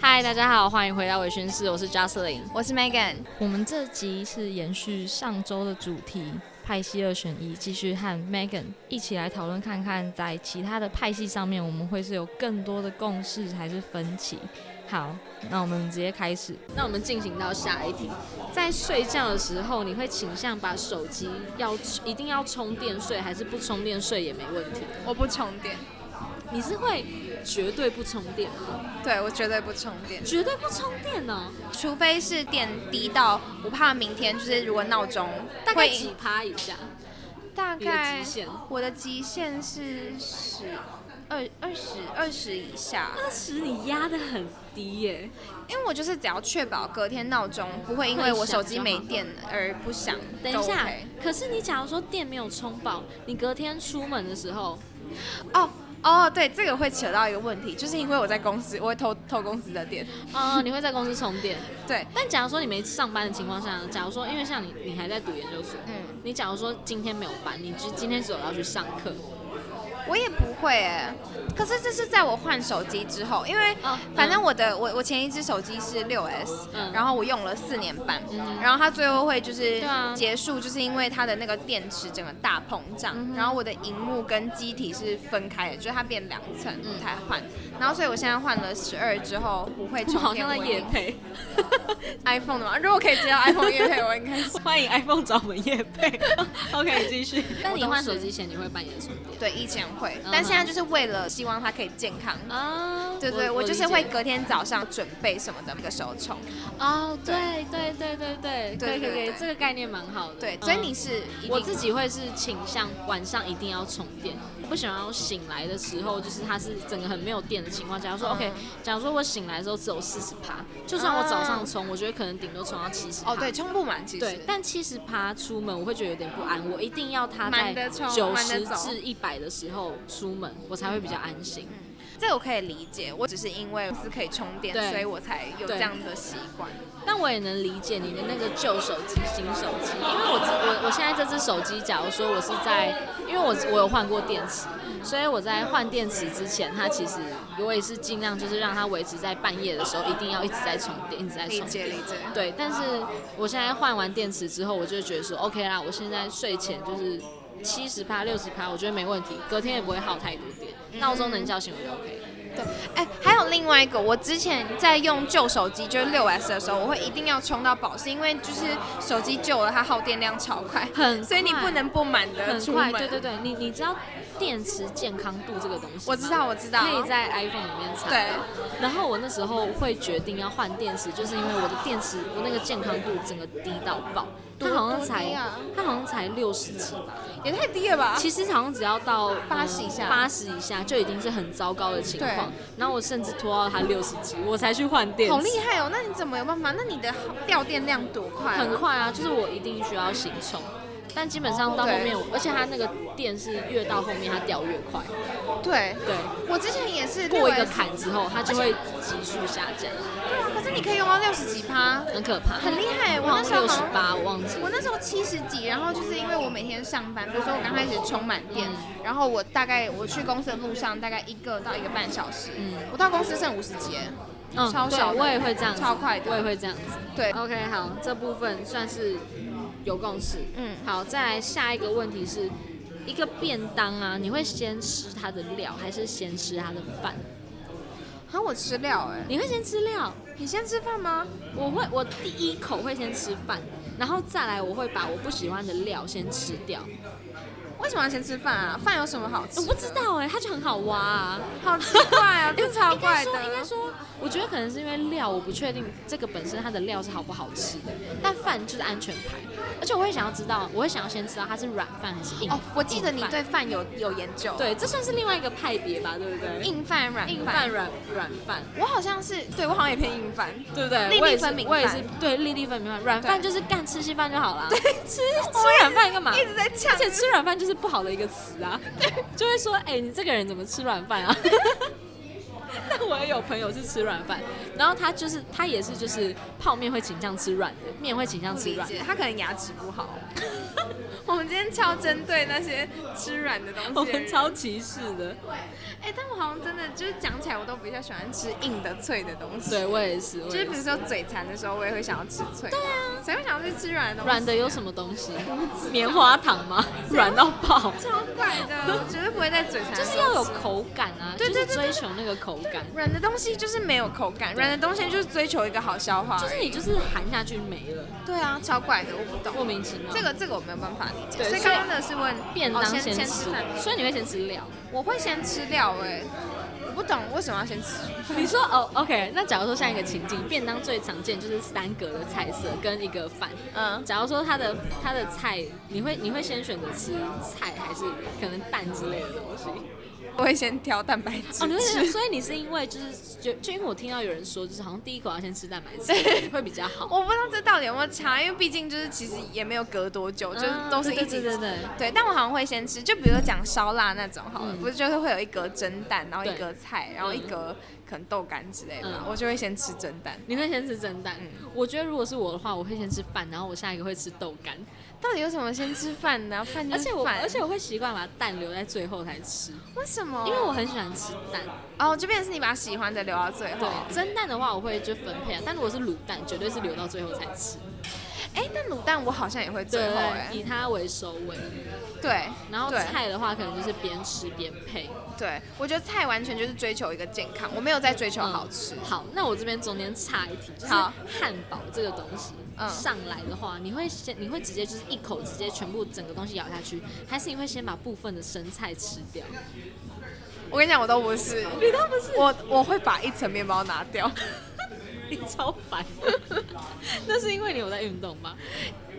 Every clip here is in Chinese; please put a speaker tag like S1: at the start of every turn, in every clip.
S1: 嗨，大家好，欢迎回到微醺室，我是 Jocelyn。
S2: 我是 Megan，
S1: 我们这集是延续上周的主题派系二选一，继续和 Megan 一起来讨论看看，在其他的派系上面，我们会是有更多的共识还是分歧。好，那我们直接开始。那我们进行到下一题，在睡觉的时候，你会倾向把手机要一定要充电睡，还是不充电睡也没问题？
S2: 我不充电，
S1: 你是会绝对不充电吗？
S2: 对我绝对不充电，
S1: 绝对不充电呢、
S2: 除非是电低到我怕明天就是如果闹钟
S1: 大概
S2: 会
S1: 几趴以下？
S2: 大
S1: 你的
S2: 概
S1: 极限？
S2: 我的极限是十二二十二十以下，
S1: 二十你压得很低耶、
S2: 因为我就是只要确保隔天闹钟不会因为我手机没电而不响。
S1: 等
S2: 都
S1: 一下
S2: OK
S1: 可是你假如说电没有充饱，你隔天出门的时候，
S2: 哦。哦，对，这个会扯到一个问题，就是因为我在公司，我会偷偷公司的电。
S1: 嗯、你会在公司充电。
S2: 对，
S1: 但假如说你没上班的情况下呢，假如说因为像你，你还在读研究所，
S2: 嗯，
S1: 你假如说今天没有班，你就今天只有要去上课，
S2: 我也不会哎、可是这是在我换手机之后，因为
S1: 哦
S2: 反正我的我我前一只手机是六 S，、
S1: 嗯
S2: 然后我用了四年半，
S1: 嗯
S2: 然后它最后会就是
S1: 对啊
S2: 结束，就是因为它的那个电池整个大膨胀，
S1: 嗯哼
S2: 然后我的荧幕跟机体是分开的，就是它变两层
S1: 嗯
S2: 才换，然后所以我现在换了十二之后不会
S1: 我们
S2: 充
S1: 好
S2: 电
S1: 像在
S2: 我
S1: 夜
S2: 也
S1: 配，
S2: iPhone 的嘛，如果可以接到 iPhone 夜配，我应该是
S1: 欢迎 iPhone 找我们夜配。OK，继续。但你
S2: 我都
S1: 换
S2: 是
S1: 手机前，你会半夜充电
S2: 对以前会
S1: 嗯，
S2: 但现在就是为了希望它可以健康。
S1: 啊？
S2: 对对，
S1: 我
S2: 我就是会
S1: 理解
S2: 隔天早上准备什么的那个时候充。
S1: 哦，对对对对对，可以
S2: 对
S1: 可以可以
S2: 对，对
S1: 这个概念蛮好的。
S2: 对，
S1: 嗯
S2: 所以你是一定
S1: 我自己会是倾向晚上一定要充电，我不想要醒来的时候就是它是整个很没有电的情况。假如说、
S2: 嗯啊
S1: OK，假如说我醒来的时候只有四十趴，就算我早上充，我觉得可能顶多充到七十。
S2: 哦，对，充不满其实。
S1: 对，但七十趴出门我会觉得有点不安，我一定要它在
S2: 慢得充
S1: 九
S2: 慢
S1: 十
S2: 得走
S1: 至一百的时候出门，我才会比较安心。
S2: 这我可以理解，我只是因为是可以充电
S1: 对，
S2: 所以我才有
S1: 对
S2: 这样的习惯。
S1: 但我也能理解你的那个旧手机、新手机，因为我自我我现在这只手机，假如说我是在，因为我我有换过电池，所以我在换电池之前，它其实我也是尽量就是让它维持在半夜的时候一定要一直在充电，一直在
S2: 理
S1: 充电。
S2: 解理解。
S1: 对，但是我现在换完电池之后，我就觉得说 OK 啦，我现在睡前就是七十趴、六十趴，我觉得没问题，隔天也不会耗太多电，
S2: 嗯
S1: 闹钟能叫醒我就 OK 了。
S2: 对，哎、还有另外一个，我之前在用旧手机，就是六 S 的时候，我会一定要充到饱，是因为就是手机旧了，它耗电量超快，
S1: 很
S2: 所以你
S1: 快
S2: 不能不满的
S1: 很
S2: 出
S1: 快，
S2: 门。
S1: 对对对，你你知道电池健康度这个东西吗？
S2: 我知道我知道。
S1: 可以在 iPhone 里面查。
S2: 对。
S1: 然后我那时候会决定要换电池，就是因为我的电池我那个健康度整个低到爆，它好像才
S2: 多低啊
S1: 它好像才六十几吧，
S2: 也太低了吧？
S1: 其实好像只要到
S2: 80以下
S1: 八十以下就已经是很糟糕的情况
S2: 对。
S1: 然后我甚至拖到它六十几，我才去换电池。
S2: 好厉害哦！那你怎么有办法？那你的耗掉电量多快、啊？
S1: 很快啊，就是我一定需要行充。但基本上
S2: 哦
S1: 到后面我，而且它那个电是越到后面它掉越快，
S2: 对，
S1: 对，
S2: 我之前也是
S1: 过一个
S2: 6S
S1: 坎之后它就会急速下降，
S2: 对啊，可是你可以用到六十几趴，
S1: 很可怕。
S2: 很厉害。我
S1: 我好
S2: 那时
S1: 像
S2: 候
S1: 六十
S2: 好像
S1: 八，我忘记
S2: 我
S1: 了。
S2: 那时候七十几，然后就是因为我每天上班，比如说我刚开始充满电，然后我大概我去公司的路上大概一个到一个半小时，
S1: 嗯
S2: 我到公司剩五十几耶，
S1: 嗯，
S2: 超
S1: 对
S2: 小的
S1: 我也会这样子，
S2: 超快的
S1: 我也会这样子。
S2: 对，
S1: OK，好，这部分算是有共识。
S2: 嗯
S1: 好，再来下一个问题是，一个便当啊，你会先吃它的料，还是先吃它的饭？
S2: 好我吃料哎，
S1: 你会先吃料？
S2: 你先吃饭吗？
S1: 我会，我第一口会先吃饭，然后再来我会把我不喜欢的料先吃掉。
S2: 为什么要先吃饭啊？饭有什么好吃
S1: 我
S2: 的？
S1: 不知道哎、它就很好挖啊。
S2: 好奇怪 啊，这超
S1: 应该
S2: 怪
S1: 说，应该
S2: 的。
S1: 说，我觉得可能是因为料，我不确定这个本身它的料是好不好吃的，但饭就是安全牌，而且我会想要知道，我会想要先知道它是软饭还是硬。
S2: 哦，我记得你
S1: 硬饭
S2: 对饭有有研究，，
S1: 对，这算是另外一个派别吧，对不对？
S2: 硬饭软
S1: 硬
S2: 饭
S1: 饭、，软软饭，
S2: 我好像是，对我好像也偏硬饭，
S1: 对不对？
S2: 粒粒
S1: 我也是
S2: 分明
S1: 我也是
S2: 饭
S1: 对粒粒分明饭，软饭
S2: 对
S1: 就是干吃稀饭就好啦。
S2: 吃
S1: 吃软饭干嘛？
S2: 一直在呛
S1: 而，且吃软饭就是不好的一个词啊， 就会说，哎、你这个人怎么吃软饭啊？ 但我也有朋友是吃软饭，然后他就是他也是就是泡面会倾向吃软的，面会倾向
S2: 不
S1: 吃
S2: 理
S1: 软的。
S2: 解，他可能牙齿不好。 我们今天超针对那些吃软的东西的人。
S1: 我们超歧视的。
S2: 哎、但我好像真的就是讲起来，我都比较喜欢吃硬的、脆的东西。
S1: 对我也是，
S2: 就
S1: 我
S2: 是
S1: 也
S2: 比
S1: 是
S2: 如说嘴馋的时候，我也会想要吃脆。对啊，谁会想要去吃软的东西？
S1: 软的有什么东西？棉花糖 吗？软到爆，
S2: 超怪的，我绝对不会在嘴馋的
S1: 就
S2: 时
S1: 是
S2: 候
S1: 要有
S2: 吃
S1: 口感啊，
S2: 对对对
S1: 就是追求那个口感。
S2: 软的东西就是没有口感，软的东西就是追求一个好消化而
S1: 就
S2: 已。
S1: 是你就是含下去没了，
S2: 对啊，超怪的，我不
S1: 莫
S2: 懂。
S1: 名其妙。
S2: 这个这个我没有办法理解。
S1: 对
S2: 所以
S1: 所以
S2: 刚刚的是问
S1: 便当
S2: 哦先
S1: 先
S2: 吃
S1: 吃
S2: 饭，，
S1: 所以你会先吃料。
S2: 我会先吃料哎、我不懂为什么要先吃。
S1: 你说哦，OK，那假如说像一个情境，便当最常见就是三格的菜色跟一个饭。
S2: 嗯，
S1: 假如说它的它的菜，你会你会先选择吃菜还是可能蛋之类的东西？
S2: 我会先挑蛋白质
S1: 哦，你会
S2: 吃。
S1: 所以你是因为就是就就因为我听到有人说，就是好像第一口要先吃蛋 白质会比较好。
S2: 我不知道这到底有没有差，因为毕竟就是其实也没有隔多久，就是都是一
S1: 啊对
S2: 起
S1: 对对对对
S2: 啊对，但我好像会先吃，就比如说讲烧腊那种好了，
S1: 嗯
S2: 不是就是会有一格蒸蛋，然后一
S1: 对
S2: 格菜，然后一
S1: 嗯
S2: 格可能豆干之类的吧，
S1: 嗯
S2: 我就会先吃蒸蛋。
S1: 你会先吃蒸蛋
S2: 嗯，
S1: 我觉得如果是我的话，我会先吃饭，然后我下一个会吃豆干，
S2: 到底有什么先吃饭呢？饭就
S1: 而
S2: 是
S1: 且我
S2: 饭，
S1: 而且我会习惯把蛋留在最后才吃，
S2: 为什么？
S1: 因为我很喜欢吃蛋。
S2: 哦，就变成是你把喜欢的留到最后。
S1: 对，蒸蛋的话我会就分配啊，但如果是卤蛋，绝对是留到最后才吃。
S2: 哎、但卤蛋我好像也会最
S1: 对
S2: 后哎、
S1: 以它为收尾。
S2: 对，
S1: 然后
S2: 对
S1: 菜的话，可能就是边吃边配。
S2: 对，我觉得菜完全就是追求一个健康，我没有在追求
S1: 嗯
S2: 好吃。
S1: 好，那我这边中间插一题，就是
S2: 好
S1: 汉堡这个东西、
S2: 嗯
S1: 上来的话，你会先你会直接就是一口直接全部整个东西咬下去，还是你会先把部分的生菜吃掉？
S2: 我跟你讲，我都不是，
S1: 你都不是，
S2: 我我会把一层面包拿掉，
S1: 你超烦 的。那是因为你有在运动吗？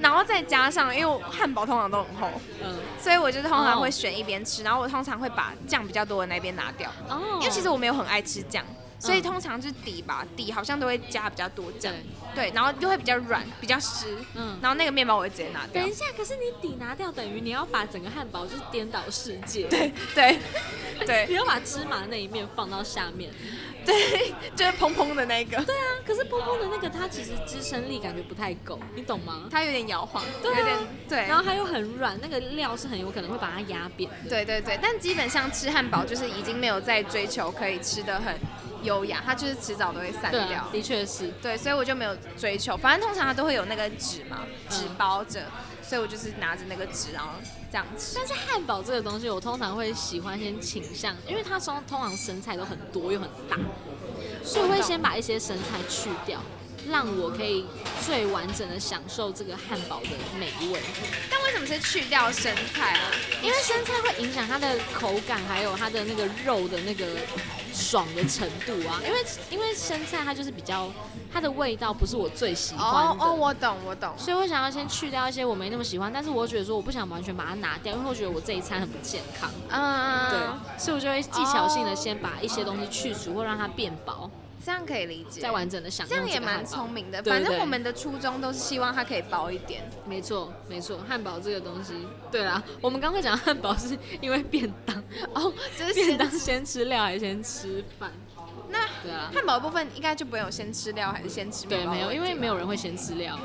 S2: 然后再加上，因为我汉堡通常都很厚，
S1: 嗯，
S2: 所以我就是通常
S1: 哦
S2: 会选一边吃，然后我通常会把酱比较多的那边拿掉，
S1: 哦，
S2: 因为其实我没有很爱吃酱。所以
S1: 嗯
S2: 通常就是底吧，底好像都会加比较多酱，
S1: 对，
S2: 对，然后就会比较软，比较湿，
S1: 嗯。
S2: 然后那个面包我会直接拿掉
S1: 等一。下，可是你底拿掉，等于你要把整个汉堡就是颠倒世界，对，
S2: 对，
S1: 你
S2: 对，
S1: 要把芝麻那一面放到下面，
S2: 对， 就是蓬蓬的那个，
S1: 对啊，可是波波的那个它其实支撑力感觉不太够，你懂吗？
S2: 它有点摇晃，
S1: 对啊
S2: 有点对，
S1: 然后它又很软，那个料是很有可能会把它压扁的。
S2: 对对对，但基本上吃汉堡就是已经没有在追求可以吃的很优雅，它就是迟早都会散
S1: 对
S2: 掉。
S1: 啊，的确是。
S2: 对，所以我就没有追求，反正通常它都会有那个纸嘛，纸包着，所以我就是拿着那个纸，然后这样吃。
S1: 但是汉堡这个东西，我通常会喜欢先倾向，因为它通通常生菜都很多又很大，所以我会先把一些生菜去掉，让我可以最完整的享受这个汉堡的美味。
S2: 但为什么是去掉生菜啊？
S1: 因为生菜会影响它的口感，还有它的那个肉的那个爽的程度啊。因为因为生菜它就是比较它的味道不是我最喜
S2: 哦
S1: 欢的。
S2: 哦，我懂我懂。
S1: 所以我想要先去掉一些我没那么喜欢，但是我觉得说我不想完全把它拿掉，因为我觉得我这一餐很不健康。
S2: 嗯，
S1: 对，所以我就会技巧性的先把一些东西去除，或让它变薄，
S2: 这样可以理解
S1: 再。完整的享
S2: 这
S1: 用嗯
S2: 样
S1: 这
S2: 也
S1: 个汉
S2: 蛮
S1: 堡
S2: 聪。明的，
S1: 对
S2: 反正
S1: 对
S2: 我们的初衷都是希望它可以薄一点。
S1: 没错，没错，汉堡这个东西，对啦，我们刚刚讲汉堡是因为便当，
S2: 哦，就是
S1: 便
S2: 先
S1: 当先吃料还是先吃饭？
S2: 那
S1: 对啊。
S2: 汉堡的部分应该就不用先吃料，还是先吃面
S1: 对，
S2: 包的
S1: 没
S2: 问题吧？
S1: 有，因为没有人会先吃料啊。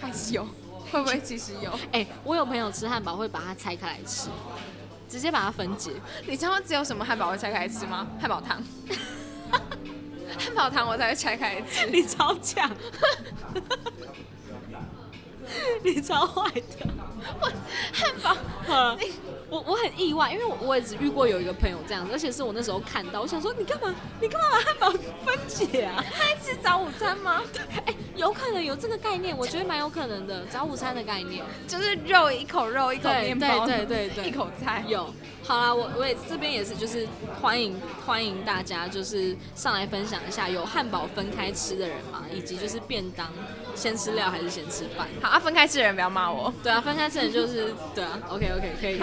S2: 还是有，会不会其实有？
S1: 哎、我有朋友吃汉堡会把它拆开来吃，直接把它分解。
S2: 你知道只有什么汉堡会拆开来吃吗？汉堡 糖，汉堡糖我才会拆开来吃。
S1: 你超强， 你超坏的。
S2: 我汉堡，
S1: 好了我我很意外，因为我我也只遇过有一个朋友这样子，而且是我那时候看到，我想说你干嘛你干嘛把汉堡分解啊？
S2: 他在吃早午餐 吗？
S1: 哎、有可能有这个概念，我觉得蛮有可能的，早午餐的概念。
S2: 就是肉一口肉一口
S1: 对
S2: 面包，
S1: 对对对对
S2: 一口
S1: 哎
S2: 菜。
S1: 有，好啦，我我也这边也是，就是欢迎欢迎大家，就是上来分享一下有汉堡分开吃的人嘛，以及就是便当先吃料还是先吃饭。
S2: 好，啊，分开吃的人不要骂 我。
S1: 对啊，分开吃的人就是对啊，OK OK 可以。可以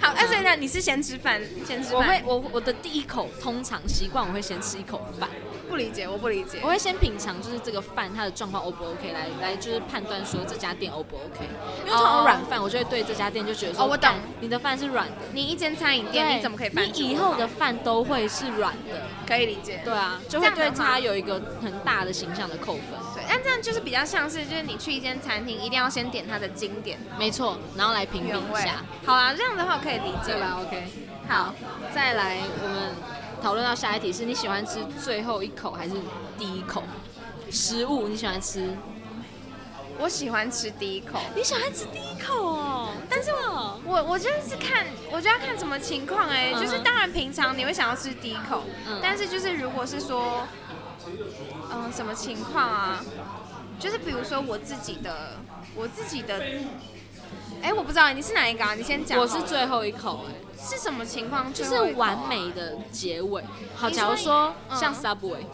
S2: 好，哎、所以呢，你是先吃饭，先吃饭。
S1: 我会我我的第一口通常习惯我会先吃一口饭，
S2: 不理解，我不理解
S1: 我。会先品尝就是这个饭它的状况 O 不 OK 来来就是判断说这家店 O 不 OK，因为通
S2: 哦
S1: 常软饭我就会对这家店就觉得说
S2: 哦我懂
S1: 干你的饭是软的，
S2: 你一间餐饮店，
S1: 对
S2: 你怎么可以翻
S1: 你
S2: 煮
S1: 以后的饭都会是软的，
S2: 可以理解。
S1: 对啊，就
S2: 这
S1: 会
S2: 样的
S1: 对
S2: 话
S1: 他有一个很大的形象的扣分。
S2: 对，哎、但这样就是比较像是，就是你去一间餐厅，一定要先点它的经典
S1: 没错，然后来评比
S2: 原
S1: 一
S2: 味
S1: 下，。
S2: 好啦，这样的话我可以理解
S1: 对吧
S2: 了。
S1: ？OK，好，再来我们讨论到下一题是你喜欢吃最后一口还是第一口？食物你喜欢吃？
S2: 我喜欢吃第一口，
S1: 你喜欢吃第一口哦，但是我
S2: 我我就是看，我就要看什么情况哎、
S1: 嗯哼
S2: 就是当然平常你会想要吃第一口，
S1: 嗯
S2: 但是就是如果是说，嗯、什么情况啊？就是比如说我自己的，我自己的，哎、我不知道你是哪一个啊？你先讲好
S1: 我
S2: 了。
S1: 是最后一口哎、
S2: 是什么情况？
S1: 就
S2: 最后一
S1: 是
S2: 口啊
S1: 完。美的结尾。好，
S2: 你
S1: 假如
S2: 说
S1: 说
S2: 嗯
S1: 像 Subway，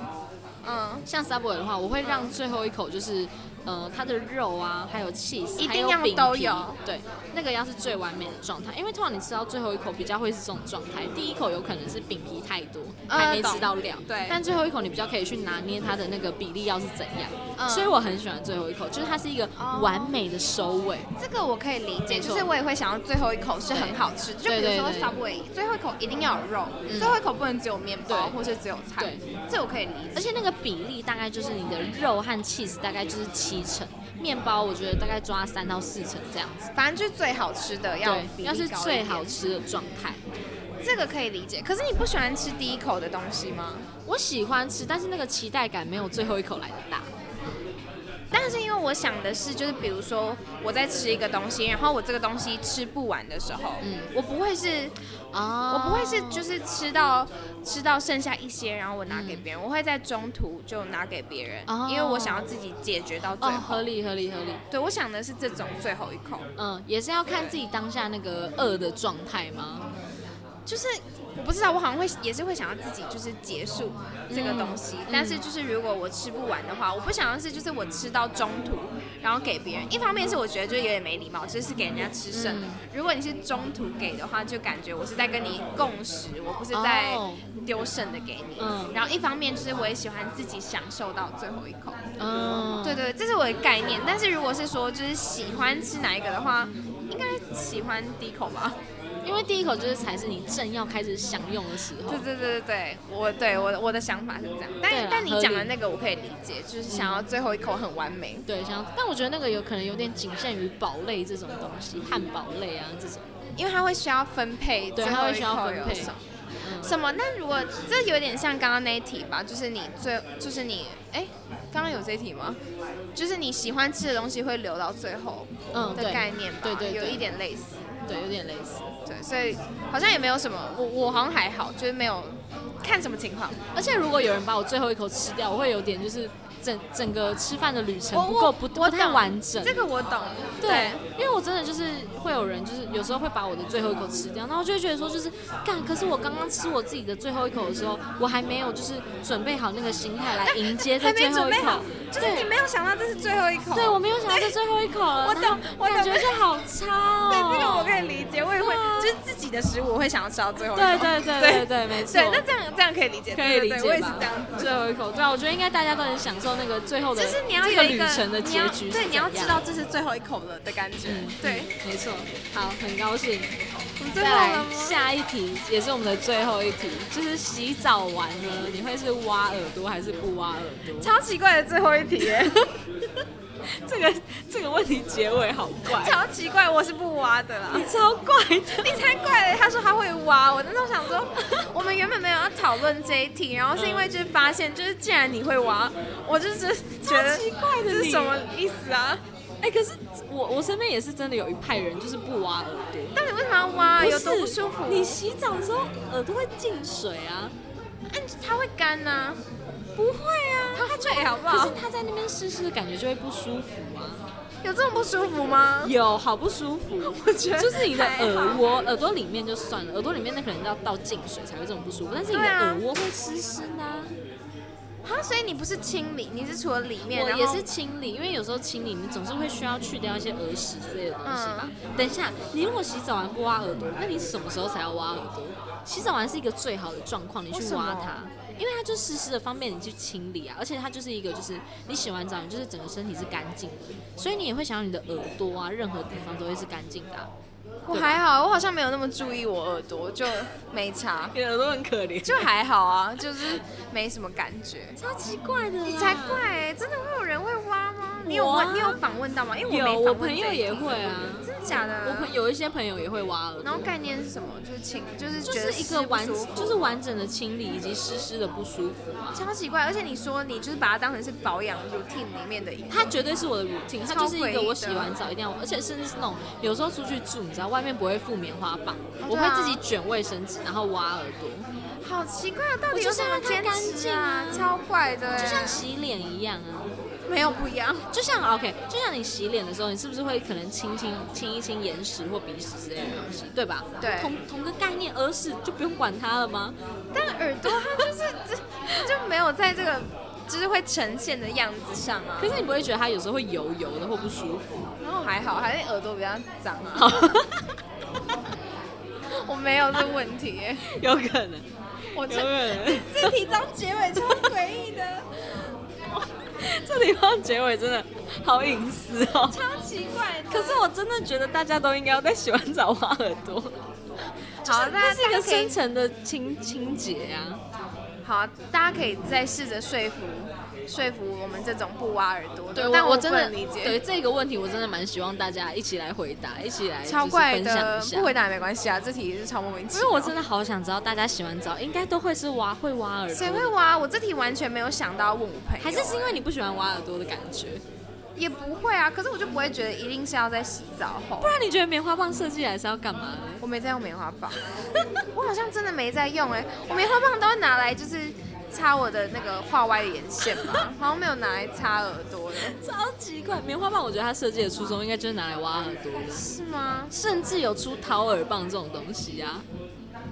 S2: 嗯，
S1: 像 Subway 的话，我会让最后一口就是，呃，它的肉啊，还有 cheese，
S2: 一定
S1: 还有
S2: 要
S1: 饼
S2: 都
S1: 皮
S2: 有
S1: 对，那个要是最完美的状态，因为通常你吃到最后一口比较会是这种状态，第一口有可能是饼皮太多，
S2: 呃
S1: 还没
S2: 懂
S1: 吃到料，
S2: 对
S1: 但最后一口你比较可以去拿捏它的那个比例要是怎样，
S2: 嗯
S1: 所以我很喜欢最后一口，就是它是一个
S2: 哦
S1: 完美的收尾，
S2: 这个我可以理解，
S1: 没错
S2: 就是我也会想要最后一口是很好吃的，就比
S1: 对
S2: 如说
S1: 对对
S2: Subway 最后一口一定要有肉，
S1: 嗯
S2: 最后一口不能只有面包
S1: 对
S2: 或是只有菜
S1: 对，
S2: 这我可以理
S1: 而
S2: 解。
S1: 且那个比例大概就是你的肉和 cheese 大概就是七成，面包我觉得大概抓三到四成这样子。
S2: 反正就是最好吃的要
S1: 对，
S2: 比例
S1: 要是
S2: 高一
S1: 最
S2: 点
S1: 好，吃的状态，
S2: 这个可以理解。可是你不喜欢吃第一口的东西吗？
S1: 我喜欢吃，但是那个期待感没有最后一口来的大。
S2: 但是因为我想的是，就是比如说我在吃一个东西，然后我这个东西吃不完的时候，
S1: 嗯
S2: 我不会是
S1: 哦
S2: 我不会是就是吃到吃到剩下一些，然后我拿给别人，我会在中途就拿给别人，
S1: 嗯哦
S2: 因为我想要自己解决到最
S1: 哦，
S2: 后。
S1: 合理合理合理，
S2: 对，我想的是这种最后一口，
S1: 嗯，也是要看自己当下那个饿的状态吗？
S2: 就是我不知道，我好像会也是会想要自己就是结束这个东西，
S1: 嗯
S2: 但是就是如果我吃不完的话，我不想要是就是我吃到中途，然后给别人。一方面是我觉得就有点没礼貌，就是给人家吃剩的。
S1: 嗯
S2: 如果你是中途给的话，就感觉我是在跟你共食，我不是在
S1: 哦
S2: 丢剩的给你。
S1: 嗯
S2: 然后一方面就是我也喜欢自己享受到最后一口。
S1: 嗯，
S2: 对对，这是我的概念。但是如果是说就是喜欢吃哪一个的话，应该喜欢第一口吧。
S1: 因为第一口就是才是你正要开始享用的时候
S2: 对。对对对对，我对我的我的想法是这样，
S1: 对
S2: 但
S1: 啦
S2: 但你
S1: 合理嗯
S2: 讲的那个我可以理解，就是想要最后一口很完美。
S1: 对，像但我觉得那个有可能有点仅限于堡类这种东西，汉堡类啊这种。
S2: 因为它会需要分配，
S1: 对
S2: 最
S1: 它
S2: 后
S1: 会
S2: 一
S1: 需要
S2: 口
S1: 分
S2: 有
S1: 配
S2: 什么
S1: 嗯
S2: 什么？那如果这有点像刚刚那一题吧，就是你最就是你哎，刚刚有这一题吗？就是你喜欢吃的东西会留到最后
S1: 嗯，
S2: 的
S1: 对，
S2: 概念吧，
S1: 对对对
S2: 有一点类似。
S1: 对，有点类似。
S2: 对，所以好像也没有什么，我我好像还好，就是没有看什么情况。
S1: 而且如果有人把我最后一口吃掉，我会有点就是整整个吃饭的旅程
S2: 我
S1: 不
S2: 我
S1: 够不不
S2: 我懂
S1: 太完整。
S2: 这个我懂，
S1: 对，因为我真的就是会有人，就是有时候会把我的最后一口吃掉，然后就会觉得说，就是干，可是我刚刚吃我自己的最后一口的时候，我还没有就是准备好那个心态来迎接这
S2: 还
S1: 最
S2: 没
S1: 后
S2: 准
S1: 一
S2: 备
S1: 口
S2: 好，，就是你没有想到这是最后一口。
S1: 对我没有想到这最后一口了，
S2: 我懂
S1: 然后
S2: 我懂
S1: 感觉就好差哦。
S2: 对，这个我可以理解，我也会
S1: 对，啊
S2: 就是自己的食物，我会想要吃到最后一口。
S1: 对对对对对，没错
S2: 对，，那这样这样可以理解，
S1: 可以
S2: 对
S1: 理
S2: 对
S1: 解
S2: 对我也是
S1: 吧
S2: 这样。？
S1: 最后一口，对啊，我觉得应该大家都很享受那个最后的，
S2: 就是你要
S1: 这
S2: 有
S1: 个
S2: 一
S1: 旅
S2: 个
S1: 程的
S2: 你
S1: 结
S2: 要
S1: 局是
S2: 对，你要
S1: 怎样
S2: 知道这是最后一口了的感觉。对，，
S1: 没错。好，很高兴。
S2: 我们最
S1: 再
S2: 后了
S1: 来
S2: 吗？
S1: 下一题，也是我们的最后一题，就是洗澡完呢，你会是挖耳朵还是不挖耳朵？
S2: 超奇怪的最后一题耶，
S1: 这个这个问题结尾好怪，
S2: 超奇怪，我是不挖的啦
S1: 你。超怪的。
S2: 你才怪嘞！他说他会挖，我那时候想说，我们原本没有要讨论这一题，然后是因为就是发现，就是既然你会挖，我就是觉得
S1: 超奇怪的
S2: 这是
S1: 你
S2: 什么意思啊？
S1: 哎、可是我我身边也是真的有一派人就是不挖耳朵，
S2: 到底为什么要挖？有多
S1: 是
S2: 不舒服？
S1: 你洗澡的时候耳朵会进水啊？
S2: 嗯，它会干呐、
S1: 不会啊，
S2: 它会好不
S1: 可
S2: 好
S1: 是？它在那边湿湿的感觉就会不舒服啊。
S2: 有这么不舒服吗？
S1: 有好不舒服，
S2: 我觉得
S1: 就是你的
S2: 还好
S1: 耳窝、耳朵里面就算了，耳朵里面那可能要倒进水才会这种不舒服，但是你的
S2: 对啊
S1: 耳窝会湿湿的啊、
S2: 啊，所以你不是清理，你是除了里面，
S1: 我
S2: 然
S1: 也
S2: 后
S1: 是清理，因为有时候清理你总是会需要去掉一些耳屎之类的东西
S2: 嗯
S1: 吧。等一下，你如果洗澡完不挖耳朵，那你什么时候才要挖耳朵？洗澡完是一个最好的状况，你
S2: 为
S1: 去
S2: 什么
S1: 挖它，因为它就湿湿的，方便你去清理啊。而且它就是一个，就是你洗完澡，你就是整个身体是干净的，所以你也会想要你的耳朵啊，任何地方都会是干净的啊、
S2: 我还好，我好像没有那么注意我耳朵，就没差，
S1: 你的耳朵很可怜，
S2: 就还好啊，就是没什么感觉。
S1: 超奇怪的。
S2: 你才怪、欸，真的会有人会挖你有
S1: 我啊
S2: 问你有访问到吗？因为我
S1: 有
S2: 没
S1: 我
S2: 访
S1: 朋
S2: 问这一
S1: 友也
S2: 题
S1: 会啊，
S2: 真的假
S1: 我
S2: 的？
S1: 朋有一些朋友也会挖耳朵
S2: 然后概念是什么？就是情，就是
S1: 就
S2: 觉得
S1: 是一个
S2: 湿不
S1: 完
S2: 舒服
S1: 就是完整的清理以及湿湿的不舒服啊。
S2: 超奇怪，而且你说你就是把它当成是保养 routine 里面的一个，
S1: 它绝对是我的 routine，它就是一
S2: 超诡
S1: 个
S2: 异的
S1: 我洗完澡一定要，而且甚至是那种有时候出去住，你知道外面不会附棉花棒，
S2: 哦
S1: 我
S2: 对啊
S1: 会自己卷卫生纸，然后挖耳朵，
S2: 好奇怪啊！到底
S1: 我
S2: 有
S1: 就是
S2: 什
S1: 要
S2: 么
S1: 让它
S2: 坚
S1: 干
S2: 持
S1: 净啊
S2: 超怪的欸，
S1: 就像洗脸一样啊。
S2: 没有不一样，
S1: 就像 OK，就像你洗脸的时候，你是不是会可能清清清一清眼屎或鼻屎之类的东西，对吧？
S2: 对
S1: 同同个概念，耳屎就不用管它了吗？
S2: 但耳朵它就是这就没有在这个就是会呈现的样子上啊
S1: 可。是你不会觉得它有时候会油油的或不舒服？
S2: 然后还好，还是耳朵比较脏啊。 我没有这问题 欸，
S1: 有可能，有
S2: 我这
S1: 可能。
S2: 这题章结尾超诡异的，
S1: 这地方结尾真的好隐私哦。
S2: 超奇怪 的。
S1: 可是我真的觉得大家都应该要在洗完澡挖耳朵，
S2: 好，
S1: 那
S2: 大
S1: 是一
S2: 家
S1: 个
S2: 可以
S1: 深层的清清洁啊。
S2: 好，大家可以再试着说服说服我们这种不挖耳朵的。
S1: 对，
S2: 但
S1: 我
S2: 我
S1: 真
S2: 不
S1: 的
S2: 能理解，
S1: 对这个问题，我真的蛮希望大家一起来回答，一起来就是
S2: 超怪
S1: 分享
S2: 的
S1: 一，下
S2: 不。回答也没关系啊，这题也是超莫名其
S1: 因
S2: 妙。
S1: 为我真的好想知道，大家洗完澡应该都会是挖会挖耳朵，
S2: 谁会？挖？我这题完全没有想到要问我朋友，
S1: 还是是因为你不喜欢挖耳朵的感觉？
S2: 也不会啊。可是我就不会觉得一定是要在洗澡后
S1: 不。然你觉得棉花棒设计来是要干嘛的？
S2: 我没在用棉花棒， 我好像真的没在用哎、我棉花棒都会拿来就是擦我的那个画歪的眼线 吧，好像没有拿来擦耳朵的，
S1: 超奇怪，棉花棒我觉得它设计的初衷应该就是拿来挖耳朵的，
S2: 是吗？
S1: 甚至有出掏耳棒这种东西啊。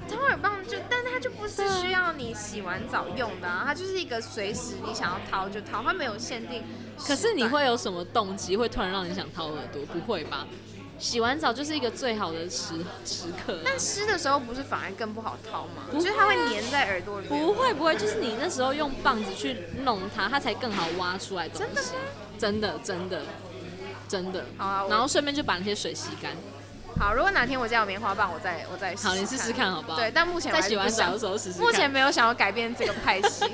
S2: 掏耳棒就，但它就不是需要你洗完澡用的、啊，它就是一个随时你想要掏就掏，它没有限定。
S1: 可是你，会有什么动机会突然让你想掏耳朵？不会吧？洗完澡就是一个最好的时时刻啊、
S2: 但湿的时候不是反而更不好掏吗？
S1: 不会啊
S2: 就是它会粘在耳朵里面。
S1: 不会不会，就是你那时候用棒子去弄它，它才更好挖出来东西。
S2: 真的吗？
S1: 真的真的真的。
S2: 好啊我
S1: 然后顺便就把那些水洗干。
S2: 好，如果哪天我家有棉花棒，我再我再试
S1: 好，你试试看好不好？
S2: 对，，但目前我
S1: 在
S2: 还是
S1: 洗
S2: 不
S1: 完
S2: 想
S1: 澡的时候试试看。
S2: 目前没有想要改变这个派 系。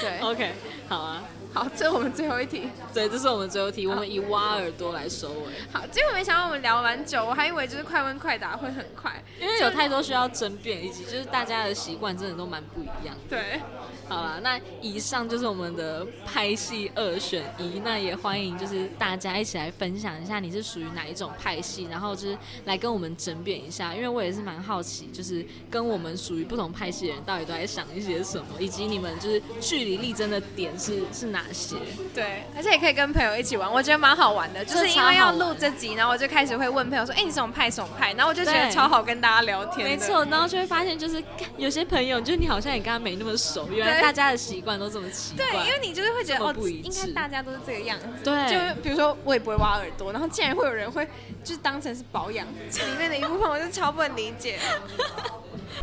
S2: 对，
S1: OK，好啊。
S2: 好，这是我们最后一题。
S1: 对，这是我们最后题，我们以挖耳朵来收尾，
S2: 好，结果没想到我们聊完久，我还以为就是快问快答会很快。
S1: 因为有太多需要争辩，以及就是大家的习惯真的都蛮不一样的。
S2: 对，
S1: 好啦，那以上就是我们的拍戏二选一，那也欢迎就是大家一起来分享一下你是属于哪一种派系，然后就是来跟我们争辩一下，因为我也是蛮好奇，就是跟我们属于不同派系的人到底都在想一些什么，以及你们就是据理力争的点是是哪些。
S2: 对，而且也可以跟朋友一起玩，我觉得蛮好玩的。就是因为要录这集，然后我就开始会问朋友说：“哎、你什么派什么派？”然后我就觉得
S1: 对
S2: 超好跟大家聊天。
S1: 没，错，然后就会发现，就是干有些朋友，就是你好像也跟他没那么熟，原来
S2: 对
S1: 大家的习惯都这么奇怪。
S2: 对，因为你就是会觉
S1: 这
S2: 得
S1: 么
S2: 哦，
S1: 不一致
S2: 应该大家都是这个样子。
S1: 对
S2: 就是比如说我也不会挖耳朵，然后竟然会有人会就是当成是保养里面的一部分，我就超不能理解。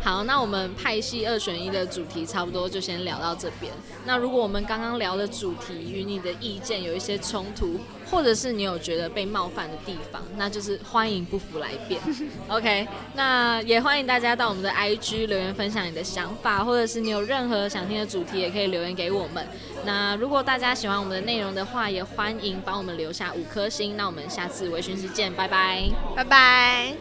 S1: 好，那我们派系二选一的主题差不多就先聊到这边。那如果我们刚刚聊的主题与你的意见有一些冲突，或者是你有觉得被冒犯的地方，那就是欢迎不服来辩。OK，那也欢迎大家到我们的 IG 留言分享你的想法，或者是你有任何想听的主题，也可以留言给我们。那如果大家喜欢我们的内容的话，也欢迎帮我们留下五颗星。那我们下次微醺时见，拜拜。
S2: 拜拜。